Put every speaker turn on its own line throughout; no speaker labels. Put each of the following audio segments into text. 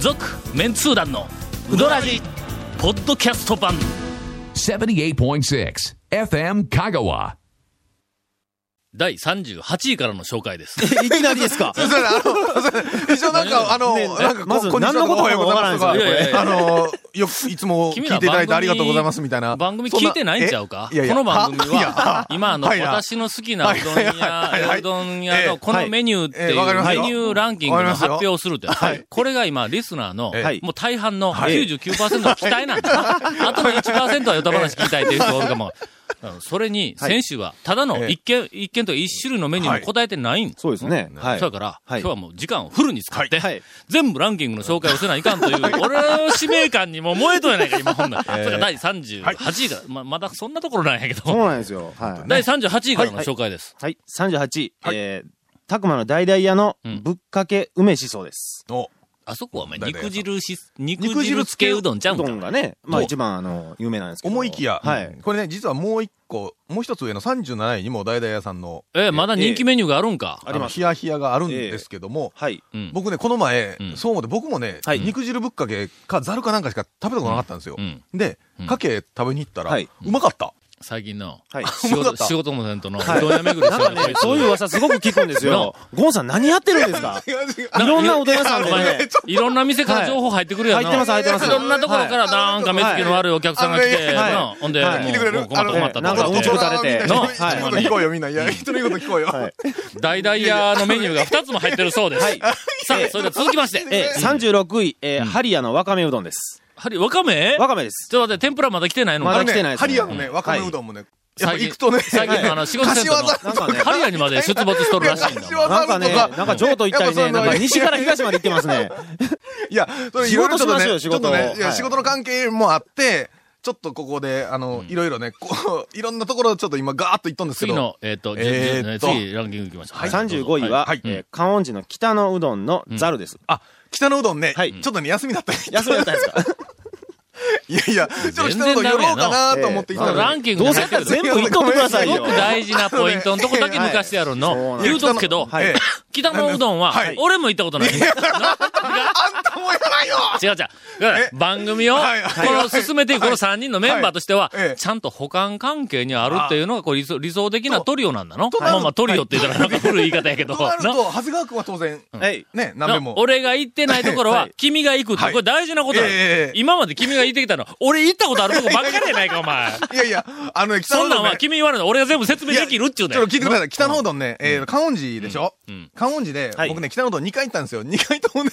続メンツー団のウドラジポッドキャスト版
78.6 FM Kagawa.
第38位からの紹介です
いきなりですか。
そうだねあのそうだね一応なんか、あの、
ね
なんか、
まず
こんにちは
何のことかよくわからないですよ
と
いやいやいや
あの、よく、いつ も聞い
君
てい
ら
ただいてありがとうございますみたいな。
番組聞いてないんちゃうかこの番 組は、今あの、私
の、
の好きなうどん
はいはい
屋、
はいう
どん屋のこのメニューってい
ええわかり
う
ます
メ
よ
ニューランキングの発表をするってやつ、
はい
これが今、リスナーの、
はい
もう大半の99%の期待なんだ。 あとの1%はヨタ話聞きたいっていう人がおるかも。うんそれに、先週は、ただの一件、一件とか一種類のメニューに答えてないん
そうですね。はい
そうやから、
はい
今日はもう時間をフルに使って、
はいはい
全部ランキングの紹介をせないかんという、俺の使命感にもう燃えとんやないか、今ほんな ら。それが第38位から、ま、まだそんなところなんやけ
そう
ど、
なんですよ。はい。
第38位からの紹介です。
はい、38位。えー、たくまの大々屋の
うん
ぶっかけ梅しそです。
お
あそこはお前、
誰だよ
肉汁し、肉汁つけうどんちゃうん
うどん
か。
がね、まあ
と
一番あの、有名なんですけど。
思いきや、
はい。
これね、実はもう一個、もう一つ上の37位にも、大々屋さんの、
えーまだ人気メニューがあるんか。
あります
ヒヤヒヤがあるんですけども、
はい。
うん。
僕ね、この前
う、ん
そう思って、僕もね、
はい
肉汁ぶっかけか、ざるかなんかしか食べたことなかったんですよ
う。ん。
で、かけ食べに行ったら、
はいう
まかった。
最近の、
はい。
仕
うまかっ
事、
た
仕事もせんとの、うどん屋巡りし
な
て
ん
る
かね、そういう噂すごく聞くんですよ。ゴンさん何やってるんですかいろんなおどん屋さんで
お 前
ね。
いろんな店から情報入ってくるやんな。
はい入ってます入ってます
いろんなところからなんか目つきの悪いお客さんが来て、
はい
はい
なほんで、
はい
も
聞
いてくれ
う
る
もう困った困ったと
なんか
思
うん
っ
ち
て
こ。垂れて
な
の
あ一人ごと聞こうよ、みんな。いや、一人ごと聞こうよ。
はい。
大々屋のメニューが2つも入ってるそうです。
はい
さあ、それでは続きまして。
えー、36位、えー、ハリアのわかめうどんです。
はり、わかめ
わかめです。
ちょっと待って、天ぷらまだ来てないの
ま
あ
だ
の
来て
ね
ないですね
ハリアのね、わかめうどんもね、やっぱ行くとね、
最近のあの、仕事センターの、
柏
なんかね、
ハリアにまで出没しとるらしいんだもん。
なんかね、なんか譲渡行ったりね、な
やっぱそ
ん
ういうの
か西から東まで行ってますね。
いや、それいろいろちょっとね、
仕事しましょう仕
ちょっ
事を
とね、い
は
や
い
仕事の関係もあって、ちょっとここで、あの、いろいろね、こう、いろんなところちょっと今ガーッと行っとんですけ
次
ど。
の、えっと、じゅ
え
じゅ
ーっと
次、ランキングいきましょう。はい
35位は
はい、
えー観音寺の北のうどんのザルです。
あ、北のうどんね、
はい
ちょっとね、休みだった。
休みだったんですか
いやいや、ちょっと北のうどん寄ろうかなと思って行
こ
った
の
ら
ラ
ね
ンキング
ど
に
うせ
入って
やったら
るす
全部行ってください
ご
よ
く。大事なポイントのとこだけ抜かしてやるの。
はい
言うとくけど、
はい
北のうどんは
はい、
俺も行ったことない。
あんたもやないよ
違う違うだから。番組を、こ
はいはい
の進めていくこの3人のメンバーとしては
はいえ、え
ちゃんと補完関係にあるっていうのがこう理想理想的なトリオなんだの
ととなる
まあまあトリオって言ったらなんか古い言い方やけど。
となる
な
と、長谷川君は当然、
はい。
ね、何べも。
俺が行ってないところは
はい、
君が行くって、こ
はい
れ大事なことだ
ええええええ
今まで君が行ってきたの、俺行ったことあるとこばっかりやない か、お前。
いやいや、あのね、北
そ
の
ん
う
なん
どん
は
ね、
君言われるの、俺が全部説明できるっちゅうね
ちょっと聞いてください。北のうどんね、えー、観音寺でしょ
うんうん
観音寺で
はい、
僕ね、北のうどん2回行ったんですよ。2回ともね、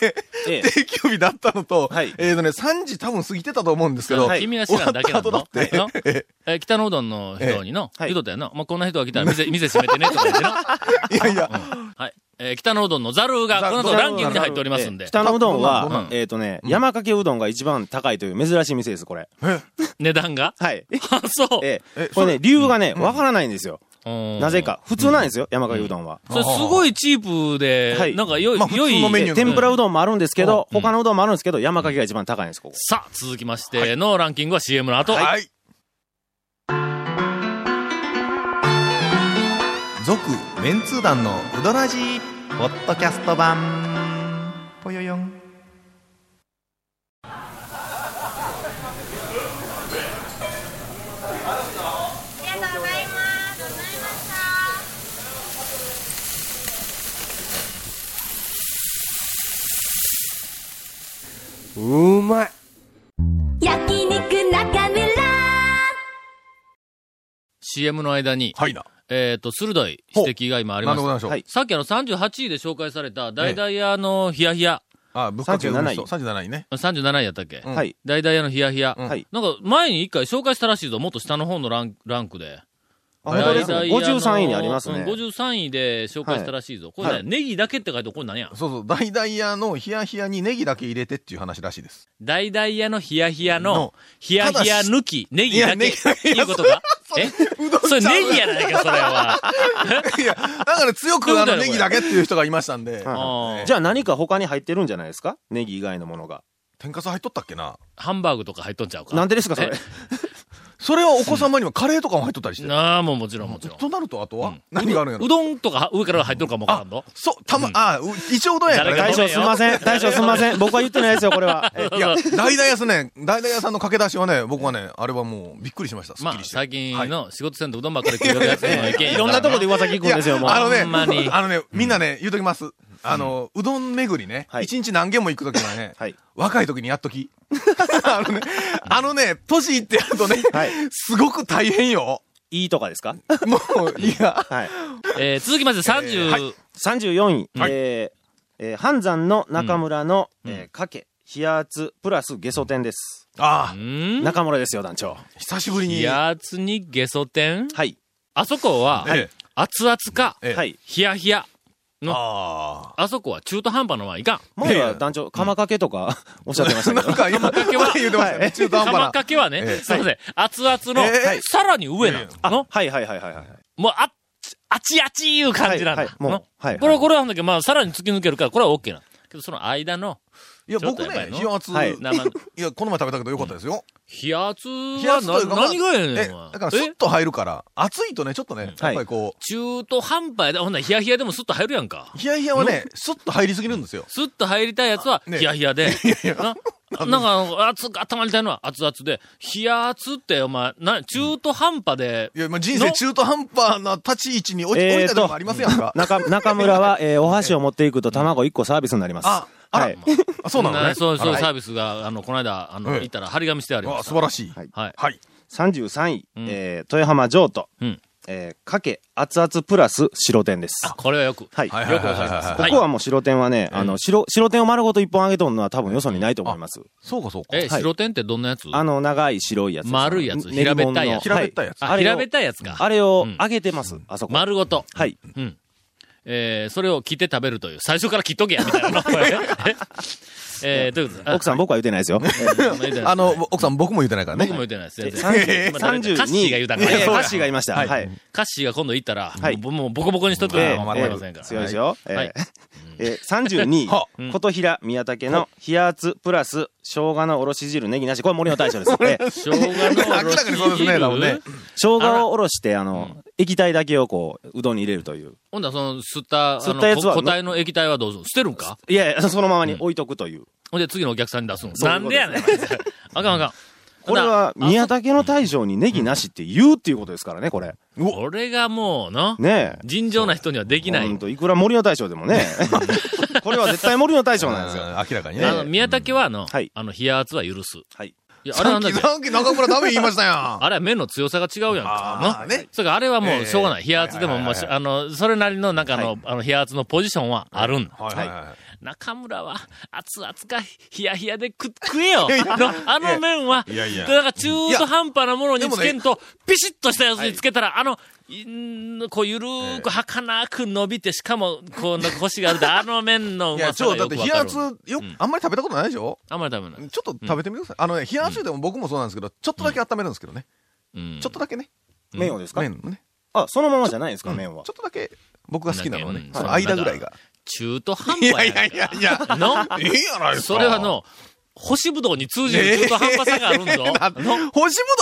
ええ
定休日だったのと
はい、
えーとね、3時多分過ぎてたと思うんですけど、
はい
君が知らんだけなの
終わった後だって
ええ北のうどんの人にの、
ええは
言う
い
とったよな。まあ、こんな人が来たら 店、店閉めてね、とか言ってな。
いやいや、
はい。えー北のうどんのザルが、
ザ
こ
ル
の後ランキングに入っておりますん
えー
で、
北のうどん
どん
な
は
ん、
えっとね、山かけうどんが一番高いという珍しい店です、これ。
値段が。
はい。
あ、そう。
え
え
ーこれね、理由がね、わからないんですよ。
うん
なぜ。か。普通なんですよ、山かけうどんは。
それすごいチープで、
はい
なんか良い、
まあ
良
普
い
通のメニュー
天ぷらうどんもあるんですけど、他のうどんもあるんですけど、山かけが一番高いんです、ここ。
さあ、続きましてのランキングは CM の後。
はい。続、メンツー団のうどらじポッドキャスト版。ぽよよん。
うまい
焼肉中村
CM の間に、
はいな。
えっと、鋭い指摘が今あり
なん
ました。
でございましょう。
はい
さっきあの38位で紹介された、大々屋のヒヤヒヤ、
あ、ぶっかけ
37位
三十七位ね。
37位やったっけ
うん
はい。
大々屋のヒヤヒヤ。
はい。
なんか前に一回紹介したらしいぞ、もっと下の方のランランクで。
あ本当ですね
大々屋の
53位にあります
う
ね
ん。53位で紹介したらしいぞ。これね、
はい
ネギだけって書いて、これ何や
そうそう、ダイダイヤのヒヤヒヤにネギだけ入れてっていう話らしいです。
大々屋のヒヤヒヤの
の、
ヒヤヒヤ抜き、ネギだ
いやネ
け、
ギだけ
いうこと かえ
うどん
それ
ちゃう
ネギやないか、それは。
いや、だから強
どう
く
いう
あ
ことや
の
ね
ネギだけっていう人がいましたんで。
はい
あー
じゃあ何か他に入ってるんじゃないですかネギ以外のものが。
天かす入っとったっけな
ハンバーグとか入っとんちゃうか。
なんでですか、それ
え。
それはお子様にもカレーとかも入っとったりしてる。
ああ、もうもちろんもちろん。
となると、あとは何があるんやろ
うどんとか上から入ってるかもわからんの
そう、たま、あ、う一応うどんやから
誰
ね
大。将すんません。大将すんません。 僕は言ってないですよ、これ は。え
いや、大々屋さんね、大々屋さんの駆け出しはね、僕はね、あれはもうびっくりしました。すっ
ま
き
あ、
りして。
最近の仕事せんとうどんばっかり食うやつの意 見やから
いろんなとこで噂聞くんですよ、もう。
あの
ほんまに
ね、 あのね、みんなね、言うときます。あの、うどん巡りね
は、い
一日何軒も行くときはね
はい、
若いときにやっとき。 あのね、あのね、年いってやるとね
はい、
すごく大変よ。
いいとかですか
もう、いや、
はい。
えー続きまして30、
34位、
はい
えーえー半山の中村の、
ん
えーかけ、冷圧、プラスゲソ天です。
ああ、
ん
中村ですよ、団長。
久しぶりに。
やつにゲソ天
はい。
あそこは、
え
熱々か、
ええ
はい。
ヒヤヒヤ。
あ
あそこは中途半端なままいかん。
前
いやい
は
や
団長、釜かけとか、おっしゃってまし
あ。な
たけ
ん
ど。
か今、言うてましたね。中途半
玉
端な。
かけはね、すいません、熱々の、
ええ
さらに上な
あ
の、
はいはいはいはいはい。
もうあっち、あちあちいう感じなんだ。
はいはいもう
の
はいはい
これはこれなんだけど、まあ、さらに突き抜けるから、これは OK なのけど、その間の、
いや、僕
ちょっとやっ
ね
ぱ、りの
冷圧。
はい
生の
いや、この前食べたけどよかったですよ。
冷圧
冷
は
圧という
な
かまあ
何がやねん
え、
お前
だからスッと入るから、暑いとね、ちょっとね、やっぱりこ
中途半端やで、ほんならヒヤヒヤでもスッと入るやんか
う、。ヒヤヒヤはね、スッと入りすぎるんですよ。
スッと入りたいやつは、
ね
ヒヤヒヤで。ななんかあの、熱く頭にたいのは熱々で、冷や熱って、お前、な、中途半端で、
いや、まあ、人生中途半端な立ち位置に置い,、
えーと
置いたとこありますやんか。
中、中村は、えーお箸を持っていくと卵1個サービスになります。
あ、あら、
はい
あそうなのね。
そうそう、
はい
サービスが、あの、この間、あの、
ええ
行ったら張り紙してあり
わ
ま
あ
す。
素晴らしい。
はい
はい。
はい。
33位、
ん
えー豊浜譲渡、
うん
えーかけ、熱々プラス白天です。
これはよく。
はい。
はい
こ
はいはいはいはい
はい
こはもう白天はね、あの、白、白天を丸ごと一本揚げとんのは多分よそにないと思います。
そうかそうか。
え、白天ってどんなやつ
あの、長い白いやつです。
丸いやつ
練り物
平べっ
の
たいやつ
平べったいやつ
あ、
れを
平べったいやつか。
あれを
うん
揚げてます、あそこ。
丸ごと。
はい。
うん。えーそれを切って食べるという。最初から切っとけや、みたいなの。これえー、ということで。
奥さん僕は言ってないですよ。
あ
あの、
の、奥さん僕も言ってないからね。
僕も言ってないです。全然
32
今誰カッシーが言うたから
いやいや
そう
カ
や
ッシーがいました。はい。
カッシーが今度行ったら、
はい
もうもうボコボコにしとって
え
ら、
ー
まあ、
え
ま
ー
りませんから。
強いでしょ、えー
はい
え ー、
は
32、琴平宮武の冷圧プラス生姜のおろし汁ネギなし。これ森の大 将です。えー
生姜のおろ
明らかにそう
し
ですね多分
汁
ね。
生姜をおろして、あの、液体だけをこう、うどんに入れるという。
ほんだらその、吸った、あ
吸ったや
の、
つは
こ個体の液体はどうぞ。捨てるんか
いやいや、 そのままに置いとくという。
ほんで次のお客さんに出すん。
そうい
な
うんこと
で
です
やねん。あかんあかん。
これは、宮武の大将にネギなしって言うっていうことですからね、これ。
これがもうな、
ねえ。
尋常な人にはできない
ほ。んといくら森の大将で もね。これは絶対森の大将なんですよ。
明らかにね
あ。の、宮武はあの、
はい
あの、冷圧は許す。
はい。
いや、あれ
さ
は
っ
なん
き、
だ
さっき中村ダメ言いましたやん。あ
あれは麺の強さが違うやんか。
あー
な
ね
それからあれはもうしょうがない。
ええ
冷圧でももうし、
は
あの、それなりの中の、
は
あの、冷圧のポジションはあるんだ。
はいはいはい。
中村は、熱々か、冷や冷やで食、食えよのあの麺は、
いやいや
だから中途半端なものに
いやでも
つ
ね
けんと、ピシッとしたやつにつけたら、あの、んーこう、ゆるーく、儚く伸びて、しかも、こう、なんか腰があるで、あの麺のう
い
ま
や、
さ
ちょ、
が
だ
よ
っ
く
て
わ
冷
かる
圧。、よ
ん、
あんまり食べたことないでしょ
あんまりダメな
ち
い。
ょっと食べてみてください。あのね、冷圧でも僕もそうなんですけど、ちょっとだけ温めるんですけどね。
うん
ちょっとだけね。
麺をですか、
麺のね。
あ、そのままじゃないんですか、麺は
ちょ。っとだけ、僕が好きなのは
だけう、
ね
ん
その間ぐらいが。
中途半
い
端や
やい
んか
やいやいや。
の
いいやないですか。
それはの、干しぶどうに通じる中途半端さがあ るんぞ。の
干しぶどう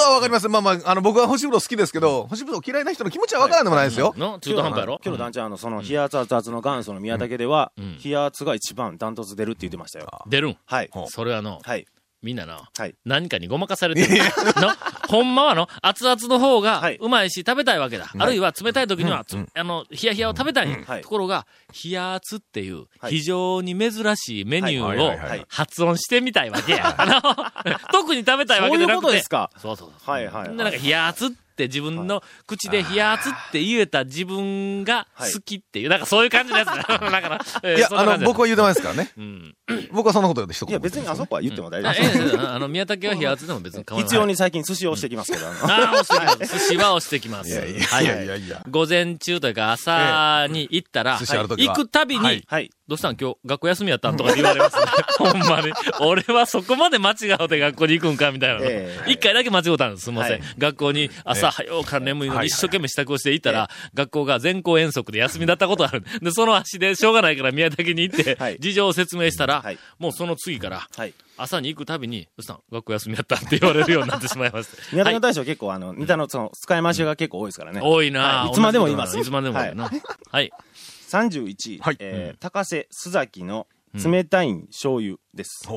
はわかります。まあまあ、あの、僕は干しぶどう好きですけど、干しぶどう嫌いな人の気持ちはわからんでもないですよ。
の中途半端やろ
今日の団長、あの、その、冷圧熱々の元祖の宮武では
ん、
冷圧が一番ダントツ出るって言ってましたよ。
出るん。
はい。
それはの、
はい。
みんなな、
はい。
何かにごまかされてる。 の、ほんまはの、熱々の方が
はいう
まいし食べたいわけだ。あるいは冷たい時には、つあの、冷や冷やを食べたいんや。
はい
ところが、冷や熱っていう
はい
非常に珍しいメニュ
はいはいはい
ー
は
を
い
発音してみたいわけや。あの、 特に食べたいわけじゃなくて。
そういうことですか
そうそうそう。
はいはいはい
なんか、冷や熱って自分の口で冷や熱って言えた自分が好きっていう、なんかそういう感じのやつだ。 なんかな、えー
いや、
そんな
あ
感
の、
じだ
僕は言うてないですからね。
うん。
僕はそんなことで一
い
言
や、
も言って
別
ない
にあそこは言っても大丈
あ
夫
え
です。
えあの、宮武は冷圧でも別に構わない。
必要に最近寿司をしてきますけど、あの
ああ、押してきます。寿司は押してきます。
いやい
は
やいやいやいや。
午前中というか朝に行ったら、
寿司ある時は
行くたびに、
はい
はい。
どうしたん今日学校休みやったんとかって言われます ね。ほんまに。俺はそこまで間違うて学校に行くんかみたいなの。一、
ええ
回だけ間違うたんです。すみません。
はい
学校に朝朝早うから眠いのに一生懸命支度をしていたら、学校が全校遠足で休みだったことある。で、その足でしょうがないから宮崎に行って
はい、
事情を説明したら
はい、
もうその次から、
はい。
朝に行くたびに、うっさん、学校休みやったって言われるようになってしまいま した。
宮
は
崎の
い。
大将結構、あの、ネタの、その、使い回しが結構多いですから ね。
多いな
は
ぁ
いいつまでも言います
いつまでもだよな。はい。
31、
はい
えー高瀬須崎の冷たい醤油です。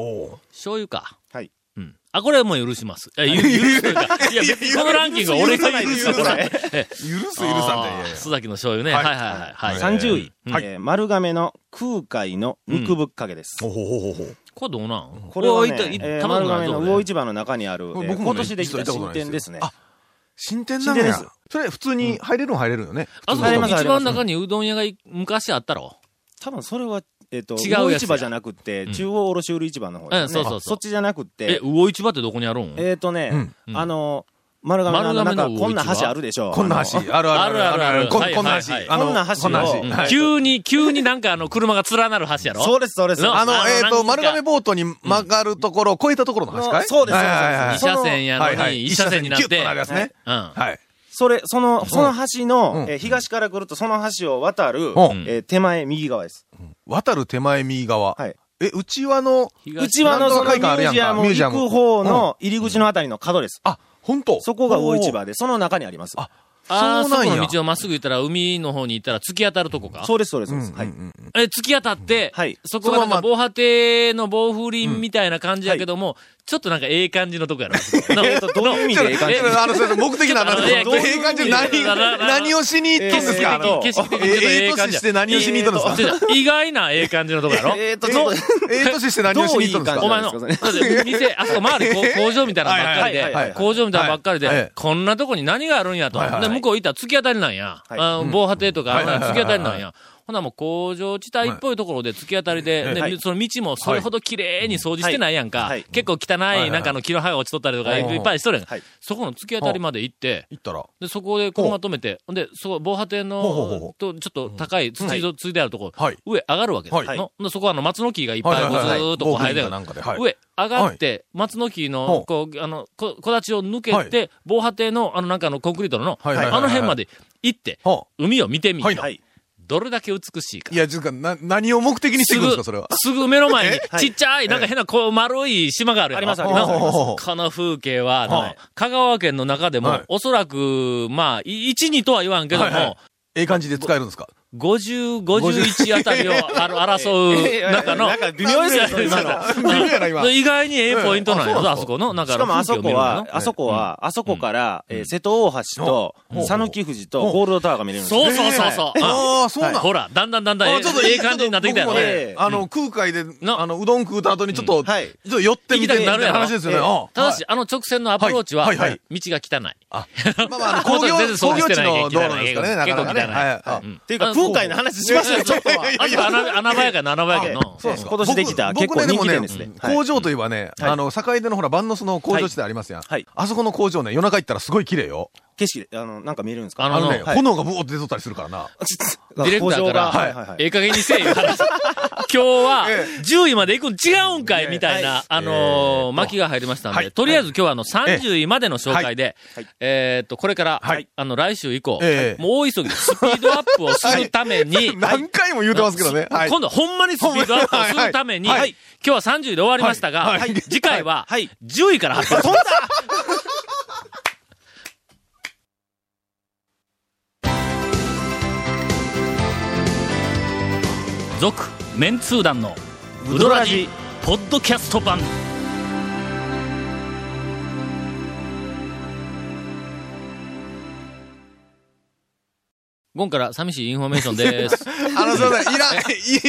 醤油か。
はい。
うん。あ、これはもう許します。いや、ゆ許すというか。いや、別にこのランキングは俺がいいですよ、こ
許さな
れ。
い
え
許す、許さんでいや
あ
い
ー
や。
須崎の醤油ね。は
はいい
はいはいはい。
30位、
はい
えー丸亀の空海の肉ぶっかけです。
ほほほほほ。
これどうなん
これは、ね
おーいた
えー
たま
丸
んない
亀
ぞ
の魚市場の中にある、え
これ
ー
僕
今
もね
年でき
実は
た
行ったこと
新
ないですよ
店ですね。
あ新店なの
新
や
店で。
それ普通に入れるの入れるよね。
あそこ
あります
一番中にうどん屋がい昔あったろ
多分それは、えっ、と、
違うやつや
魚市場じゃなくて、
うん
中央卸売市場の方です、
うんそ
ね
うそうそう
っちじゃなく
え、
て、
魚市場ってどこにあるん
えっ、とね、
うん
あの、丸亀のあの
丸
な
亀の
ん
魚
か
市場
こんな橋あるでしょう。
こんな橋。あるある
あるあるある
こ
はい
んこんな橋
はいはい。
あの
こんな橋を
こんな
う
橋。
ん
はい
急に、急になんかあの、車が連なる橋や
あ
ろ
のそうです、そうです。
の
あの
あの、
えっ
なん
と、
か
丸亀ボートに曲がるところを越えたところの橋かい
そうですそうです
はいはいはい
二車線や
はい
の
は
に、
い
一車線になっ
キュッ
て。
となるやつね。
うん。
はい。
それ、その、その橋の、
うん
えー東から来るとその橋を渡る、
ん
えー手前右側です。
渡る手前右側。
はい
え、内輪の、
東
うちはあの、
なん
そ
と
の
か
ミ
会館あ
ュ
るや
ー
ん
ジア
か
ム行く方の入り口のあたりの角です。
あ、本当
そこが魚市場で、その中にあります。
あー
そうなんや
そこの道をまっすぐ行ったら、海の方に行ったら突き当たるとこか
そうです、そうです、そう
うん
で
うん
す。
うん
は
え、
い。
突き当たって、
はい
そこがなんか
そ
防波堤の防風林みたいな感じやけども、ちょっとなんかええ感じのとこやろ。えっと、どういう意
味でええ感じ
ちょっとあの、それ目的な話、
いや
どういう感じで何
いやいや、
何をしに行っとんですか、あ
えー
の
景色的にちょっとええ感じや。
ええ年して何をしに行っとんで
か
す
意外なええ感じのとこやろ。
えーと、ちょっと、
ええ年して何をしに行っとんです
ど
か
お前の、
そう
だ
で
って
す
店、あそこ周りこう 工場みたいなのばっかり
はいはいはい
で
は、い
工場みたいなのばっかり
はいはい
で、こんなとこに何があるんやと
はいは。い
で、向こう行ったら突き当たりなんや。
はい
あ防波堤とかあるから
はいは
突
いは
き
い
当たりなんや。ほなもう工場地帯っぽいところで突き当たりで、
は
で
い
その道もそれほど綺麗に掃除してないやんか
はいはい。
結構汚いなんかあの木の葉が落ちとったりとか、
はい
いっぱいしとるやん
はい。
そこの突き当たりまで行って、
行ったら。
で、そこで車止めて、で、そこ、防波堤
ほうほうほうほ
の
う、
と、ちょっと高い土とついてあるところ、
はい
上上がるわけです。
はい
のでそこはあの松の木がいっ
は
ぱい
い
こうず
はい
ーっとこう生えてる
なんかで、はい。
上上がって、松の木
ほ
の
う、
こう、あの、こ木立を抜け
は
て、防波堤の、あの、なんかあの、コンクリートの、
はいはいはいは
あ
い
の辺まで行って、
は
海を見てみ
はい、
はい。
どれだけ美しいか
い。や、ちょっとな、何を目的にしていくんですか、それは。
すぐ目の 前に、
はい
ちっちゃい、なんか変な、こう、丸い島があるやん
ありますあり
ますあります
この風景は、あの、
はい
香川県の中でも、
はい
おそらく、まあ、い一二とは言わんけども、
はいはいええ感じで使えるん ですか
50、51あたりをあの争う中の、
なんか微妙 ですよそれ今の
妙やな今
意外にええポイントなんや
ええあそう
ろ、
なん
あそこの。な
ですか
んか
しかもあそこは、あそこは、あそこから、えー瀬戸大橋と、
ほう
讃岐富士と、ゴールドタワーが見れるんですよ
そうそうそうそう。うん
ああ、そうなん
ほら、だんだんだんだんえ
あ
え
ちょっと
ええ感じになってきたやろ。
僕も
ね
ねあの、空海で、
な
あの、うどん食うた後にちょっと、
ん
ち
はい
ょっと寄ってみて、
行きたくな
みたい
るや
な
ろ
話ですよね
ええ
うん。
ただし、あの直線のアプローチは、
はいはいはい
道が汚い。
はい、まあまあ、あの 工業、
全然掃
工
除し
業
て
地
ない
の道路ですかね、
結構汚い
なかなか
結構汚
ね。
い
はいは
う
い
ん
っていうか、空海の話しましたよ、ちょっとは。
あそこ穴穴場やから穴場やけどの。
そうそう今年できた、結
僕
構
ね
人気
もね
店ですね。はい
工場といえばね、
はい
あの、境出のほら、万能巣の工場地帯ありますやん。
はい
あそこの工場ね、夜中行ったらすごい綺麗よ。
景色で、あの、なんか見れるんですか
あの
あのね、
はい
炎がブオーって出とったりするからな。
ディレクターから、
はい
はいはい
ええ加減にせえよ、話今日は
え、
10位まで行くん違うんかい、
ええ
みたいな、あ
え
のー、
え
巻きが入りましたん
は
で、
い
とりあえず今日はあの、30位までの紹介で
はいはい、
えーっと、これから
はい、
あの、来週以降
え、え
もう大急ぎでスピードアップをするために、
何回も言うてますけどね。はい。
今度はほんまにスピードアップをするために、
はい
今
はい
日は30位で終わりましたが、
はいはい
次回は
はい
10位から発表。続、メンツー団のウドラジポッドキャスト版。ゴンから寂しいインフォメーションです。
あの、すいません、い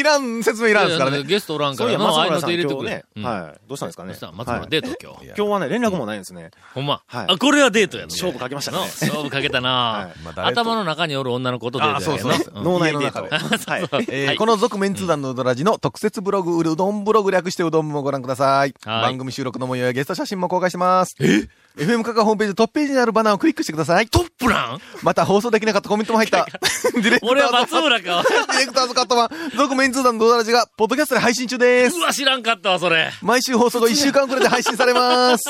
らん、いらん説明いらんですからね。
ゲストおらんか
そう
ら
いや、
の、
松
あい
村
の
さ
手
ん、
入れ
今
て
日
く
ね
れ。。うん
はい。どうしたんですかね
松村
はい
デート今日。
今日はね、連絡もないんですね。
ほんま。
はい
あ、これはデートやな。
勝負かけましたね
の勝負かけたな
まあ誰と
頭の中におる女の子とデー
あ、
ト
そう
やけ
そ
どな。
うそう。
脳内デー
家の
ト。
中で
はい。
えー
はい
この続メンツ団のうどらじの特設ブログ、うるうどんブログ略してうどんもご覧ください。
はい
番組収録の模様やゲスト写真も公開してます。え ?FM カカホームページトップページにあるバナーをクリックしてください。
トップラン
また放送できなかったコメントも入った。 ディレクターズ
俺は松村か。
ディレクターズカット版、続メンツ団のうどらじが、ポッドキャストで配信中です
う。わ、知らんかったわ、それ。
毎週放送後1週間くらいで配信されます。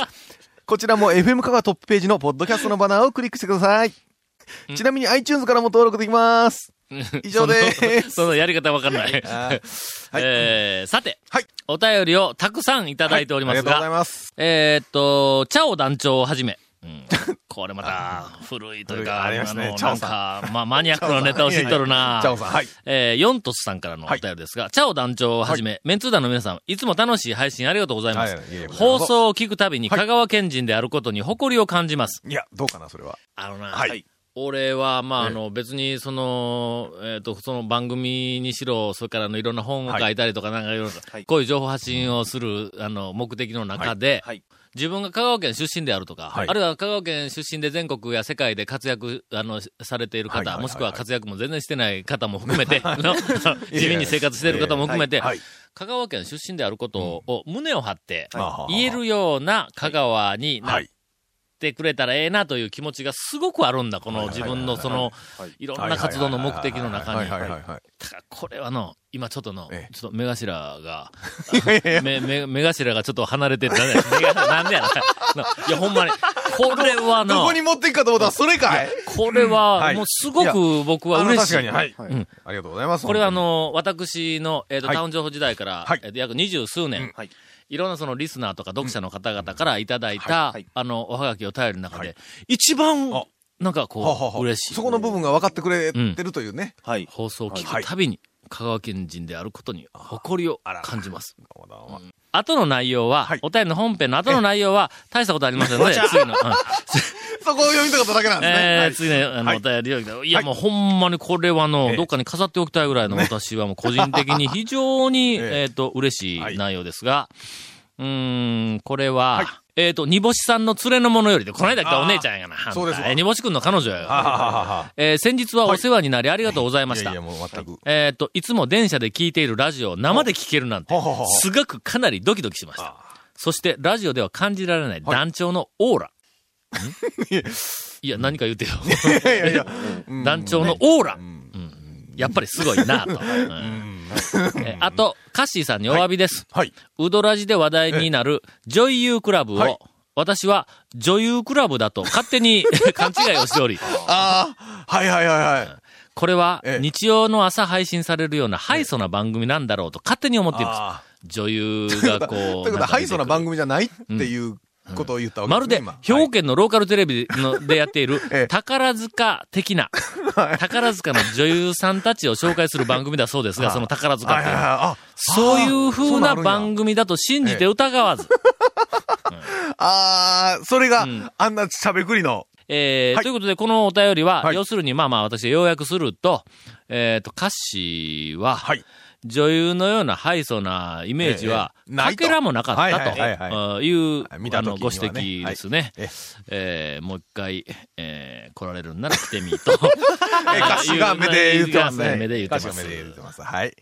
こちらも FM カガトップページのポッドキャストのバナーをクリックしてください。ちなみに iTunes からも登録できます。以上でーす。
そのやり方わかんない。えーさて、
はい
お便りをたくさんいただいておりま
あ
す
りがとう
が、
ございます。
えーっと、チャオ団長をはじめ、うんこれまた古いというか、
古いありますね
の
チャ
な
オ
ん
さん
か、まあ、マニアックなネタを知っとるな。
チャオさん、はい。
えー、ヨントスさんからのお便りですが、チャオ団長をはじめ、メンツー団の皆さん、いつも楽しい配信ありがとうございます。
はいいえいえ
放送を聞くたびに香川県人であることに誇りを感じます。
いや、どうかな、それは。
あのな、
はい
俺は、まあ、あの、別に、その、えっ、と、その番組にしろ、それからあのいろんな本を書いたりとか、なんかいろいろ、
はい
こういう情報発信をする、あの、目的の中で、
はい。
自分が香川県出身であるとか、
はい
あるいは香川県出身で全国や世界で活躍あのされている方、
はいはいはいはい
もしくは活躍も全然してない方も含めて、の 地味に生活している方も含めて、
はい。
香川県出身であることを胸を張って、
はい
言えるような香川にな
は
っ
い。
てくれたらええなという気持ちがすごくあるんだ、こ
はい
の
はい
自
はいはい
分のその、いろんな活動の目的の中
は
に
い。はいはいはい。
だからこれはの、今ちょっとの、
ええ
ちょっと目頭が、 目、目、目頭がちょっと離れてるなんだよ目がなんでやな。ないや、ほんまに。これは
ど
の
こ、に持っていくかと思ったら、それかい
これは、もうすごく僕は嬉しい。
あの確かに、はい。
いうん
ありがとうございます。
これはあ
本
の、私の、えっ、と、
はい
タウン情報時代から、
はい
えっと約二十数年、
うん
はい
いろんなそのリスナーとか読者の方々からいただいた、
はいはい
あの、おはがきを頼りの中で、
は
一番
あ、
なんか
当
こ
に
う、
ははは
嬉し
そ
い。
この部分が分かってくれてるというね。
はい。
放送を聞くたびに、香川県人であることに誇りを感じます。
どうもどうも
後の内容は、
はい
お便りの本編の後の内容は、大したことありませんの で、次の、うん
そこを読みたかっただけなんですね。
えー次の、あの、
はい
お便りをいただいて、いや、
はい
もうほんまにこれは
え
の、
え
どっかに飾っておきたいぐらいの私はもう個人的 に非常に、
ええ
えっと、嬉し
はい
い内容ですが、うーん、これは、えっと、煮干しさんの連れの者よりで、この間来たお姉ちゃんやがな。
そうですわ
えー煮干しくんの彼女や
はは
が。
はは
えー先日はお世話になりありがとうございま
い
し
や
た
いや、。もう全く。
えっと、いつも電車で聞いているラジオを生で聞けるなんて
ほうほうほう、
すごくかなりドキドキしました
あ。
そして、ラジオでは感じられない団長のオー ラ。んいや、何か言うてよ。
いやいや いや、うん
団長のオーラ。
ん
うんやっぱりすごいなと。うんえあと、カッシーさんにお詫びです。
はい。
ウドラジで話題になる女優クラブ
はい
を、私は女優クラブだと勝手に 勘違いをして おり、
ああ、はいはいはいはい。
これは
ええ
日曜の朝配信されるようなハイソな番組なんだろうと勝手に思っています。
あ
女優がこう。
ーというこ
な
とは、
んか
ハ
出
イ
て
ソ
く
な
る
番組じゃないっていうことを言ったわ
ま
け
る
です
で
ね。今、
兵庫県のローカルテレビのでやっている
ええ、
宝塚的な、宝塚の女優さんたちを紹介する番組だそうですが、その宝塚
はい
って
はいいうはい
のは、
あ
そういう風な
組。
番組だと信じて疑わず、
あーそれが
うん、
あんなしゃべくりの。
えー
はい
ということで、このお便りは、
はい
要するに、まあまあ、私、要約すると、えっ、と、歌詞は、
はい
女優のような敗訴なイメージは、
ええない
か
と
けらもなかったと、
はいいはいはい
いう、
はい見た
あの、
時に
ご
は
指摘
ね
ですね。
え
えーもう一回、えー来られるんなら来てみと。
え、歌詞が目で言ってます ね。
目で言ってます
歌詞が目で言ってます。はい。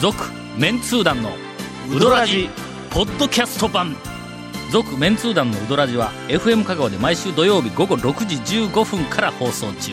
続、メンツー団の、ウドラジ、ポッドキャスト版。続、メンツー団のウドラジは、FM 香川で毎週土曜日午後6時15分から放送中。